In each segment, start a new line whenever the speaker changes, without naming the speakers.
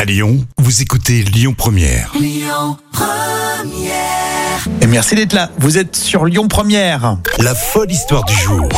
À Lyon, vous écoutez Lyon Première.
Et merci d'être là. Vous êtes sur Lyon Première.
La folle histoire du jour.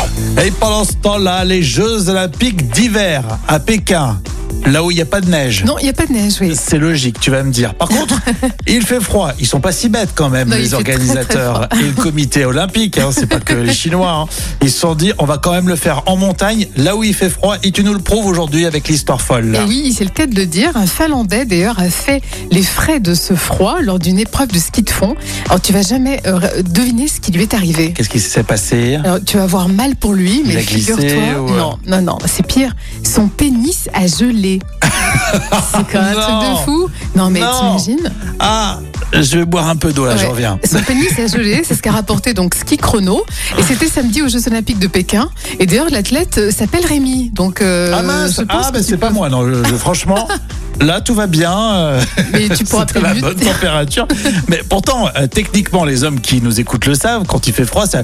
Et pendant ce temps-là, les Jeux Olympiques d'hiver à Pékin, là où il n'y a pas de neige.
Non, il n'y a pas de neige, oui.
C'est logique, tu vas me dire. Par contre, il fait froid. Ils sont pas si bêtes quand même,
Non, il
les
fait très, très
organisateurs et le comité olympique. Hein, c'est pas que les Chinois. hein. Ils se sont dit, on va quand même le faire en montagne, là où il fait froid. Et tu nous le prouves aujourd'hui avec l'histoire folle.
Et
là.
oui, c'est le cas de le dire. Un Finlandais, d'ailleurs, a fait les frais de ce froid lors d'une épreuve de ski de fond. Alors, tu vas jamais euh, r- deviner ce qui lui est arrivé.
Qu'est-ce qui s'est passé
Alors, tu vas avoir mal pour lui,
Il
mais
a glissé
figure-toi.
ou, euh,
Non, non, non, c'est pire. Son pénis a gelé. c'est quand même un truc
Non.
de fou. Non, mais
Non.
t'imagines
Ah, je vais boire un peu d'eau là, je
Ouais.
reviens.
Son pénis a gelé, c'est ce qu'a rapporté donc Ski Chrono. Et c'était samedi aux Jeux Olympiques de Pékin. Et d'ailleurs, l'athlète euh, s'appelle Rémi. Donc, euh,
ah mince,
je pense
ah
que
ben
tu
c'est pas moi, non, je- je- franchement, là tout va bien, euh,
Mais tu pourras
c'était
très
la
vite.
bonne température. Mais pourtant, euh, techniquement, les hommes qui nous écoutent le savent, quand il fait froid, ça,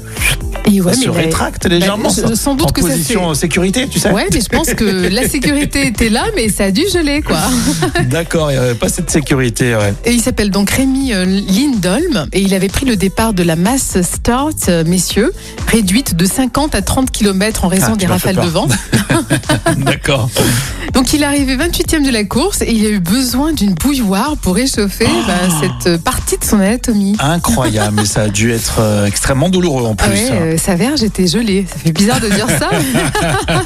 Et
ça
ouais, mais
se
la-
rétracte légèrement.
je- je- sans doute
en
que ça
position
fait-
sécurité, tu sais.
Ouais, mais je pense que la sécurité était là, mais ça a dû geler, quoi.
D'accord, il n'y avait pas cette sécurité. Ouais.
Et il s'appelle donc Rémi euh, Lindholm, et il avait pris le départ de la masse start, euh, messieurs, réduite de 50 à 30 km en raison
Ah,
des
tu m'as fait
rafales de
peur.
vent.
D'accord.
Donc il est arrivé 28e de la course, et il a eu besoin d'une bouilloire pour réchauffer bah, cette euh, partie de son anatomie.
Incroyable, mais ça a dû être euh, extrêmement douloureux en
Ah
plus. hein.
ouais, euh, sa verge était gelée. Ça fait bizarre de dire ça.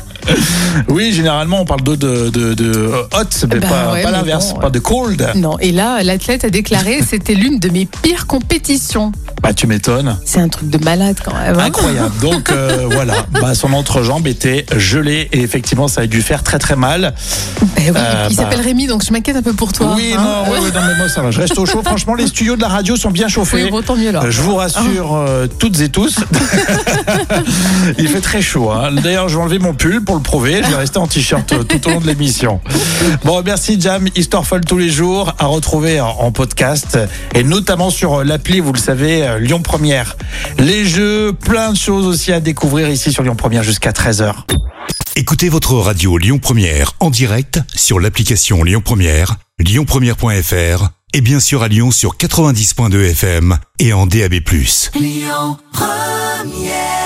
Oui, généralement, on parle d'eau de, de, de, euh, hot, mais
Bah
pas,
ouais,
pas
mais
l'inverse,
bon,
pas de cold.
non, et là, l'athlète a déclaré c'était l'une de mes pires compétitions.
Bah, tu m'étonnes.
C'est un truc de malade quand même. hein.
Incroyable. Donc euh, voilà, bah, son entrejambe était gelée et effectivement ça a dû faire très très mal.
Ben oui,
Euh,
il
bah-
s'appelle Rémi, donc je m'inquiète un peu pour toi.
oui,
hein.
non, oui, oui, non, mais moi ça va, je reste au chaud. Franchement, les studios de la radio sont bien
Oui,
chauffés.
bon, tant mieux alors.
Euh, Je vous rassure
Ah.
euh, toutes et tous, il fait très chaud. hein. D'ailleurs, je vais enlever mon pull pour le prouver. Je vais rester en t-shirt euh, tout au long de l'émission. Bon, merci Jam, Histoire folle tous les jours à retrouver en- en podcast et notamment sur euh, l'appli, vous le savez, euh, Lyon Première. Les jeux, plein de choses aussi à découvrir ici sur Lyon Première jusqu'à 13h.
Écoutez votre radio Lyon Première en direct sur l'application Lyon Première, lyonpremière.fr et bien sûr à Lyon sur 90.2 FM et en DAB+.
Lyon Première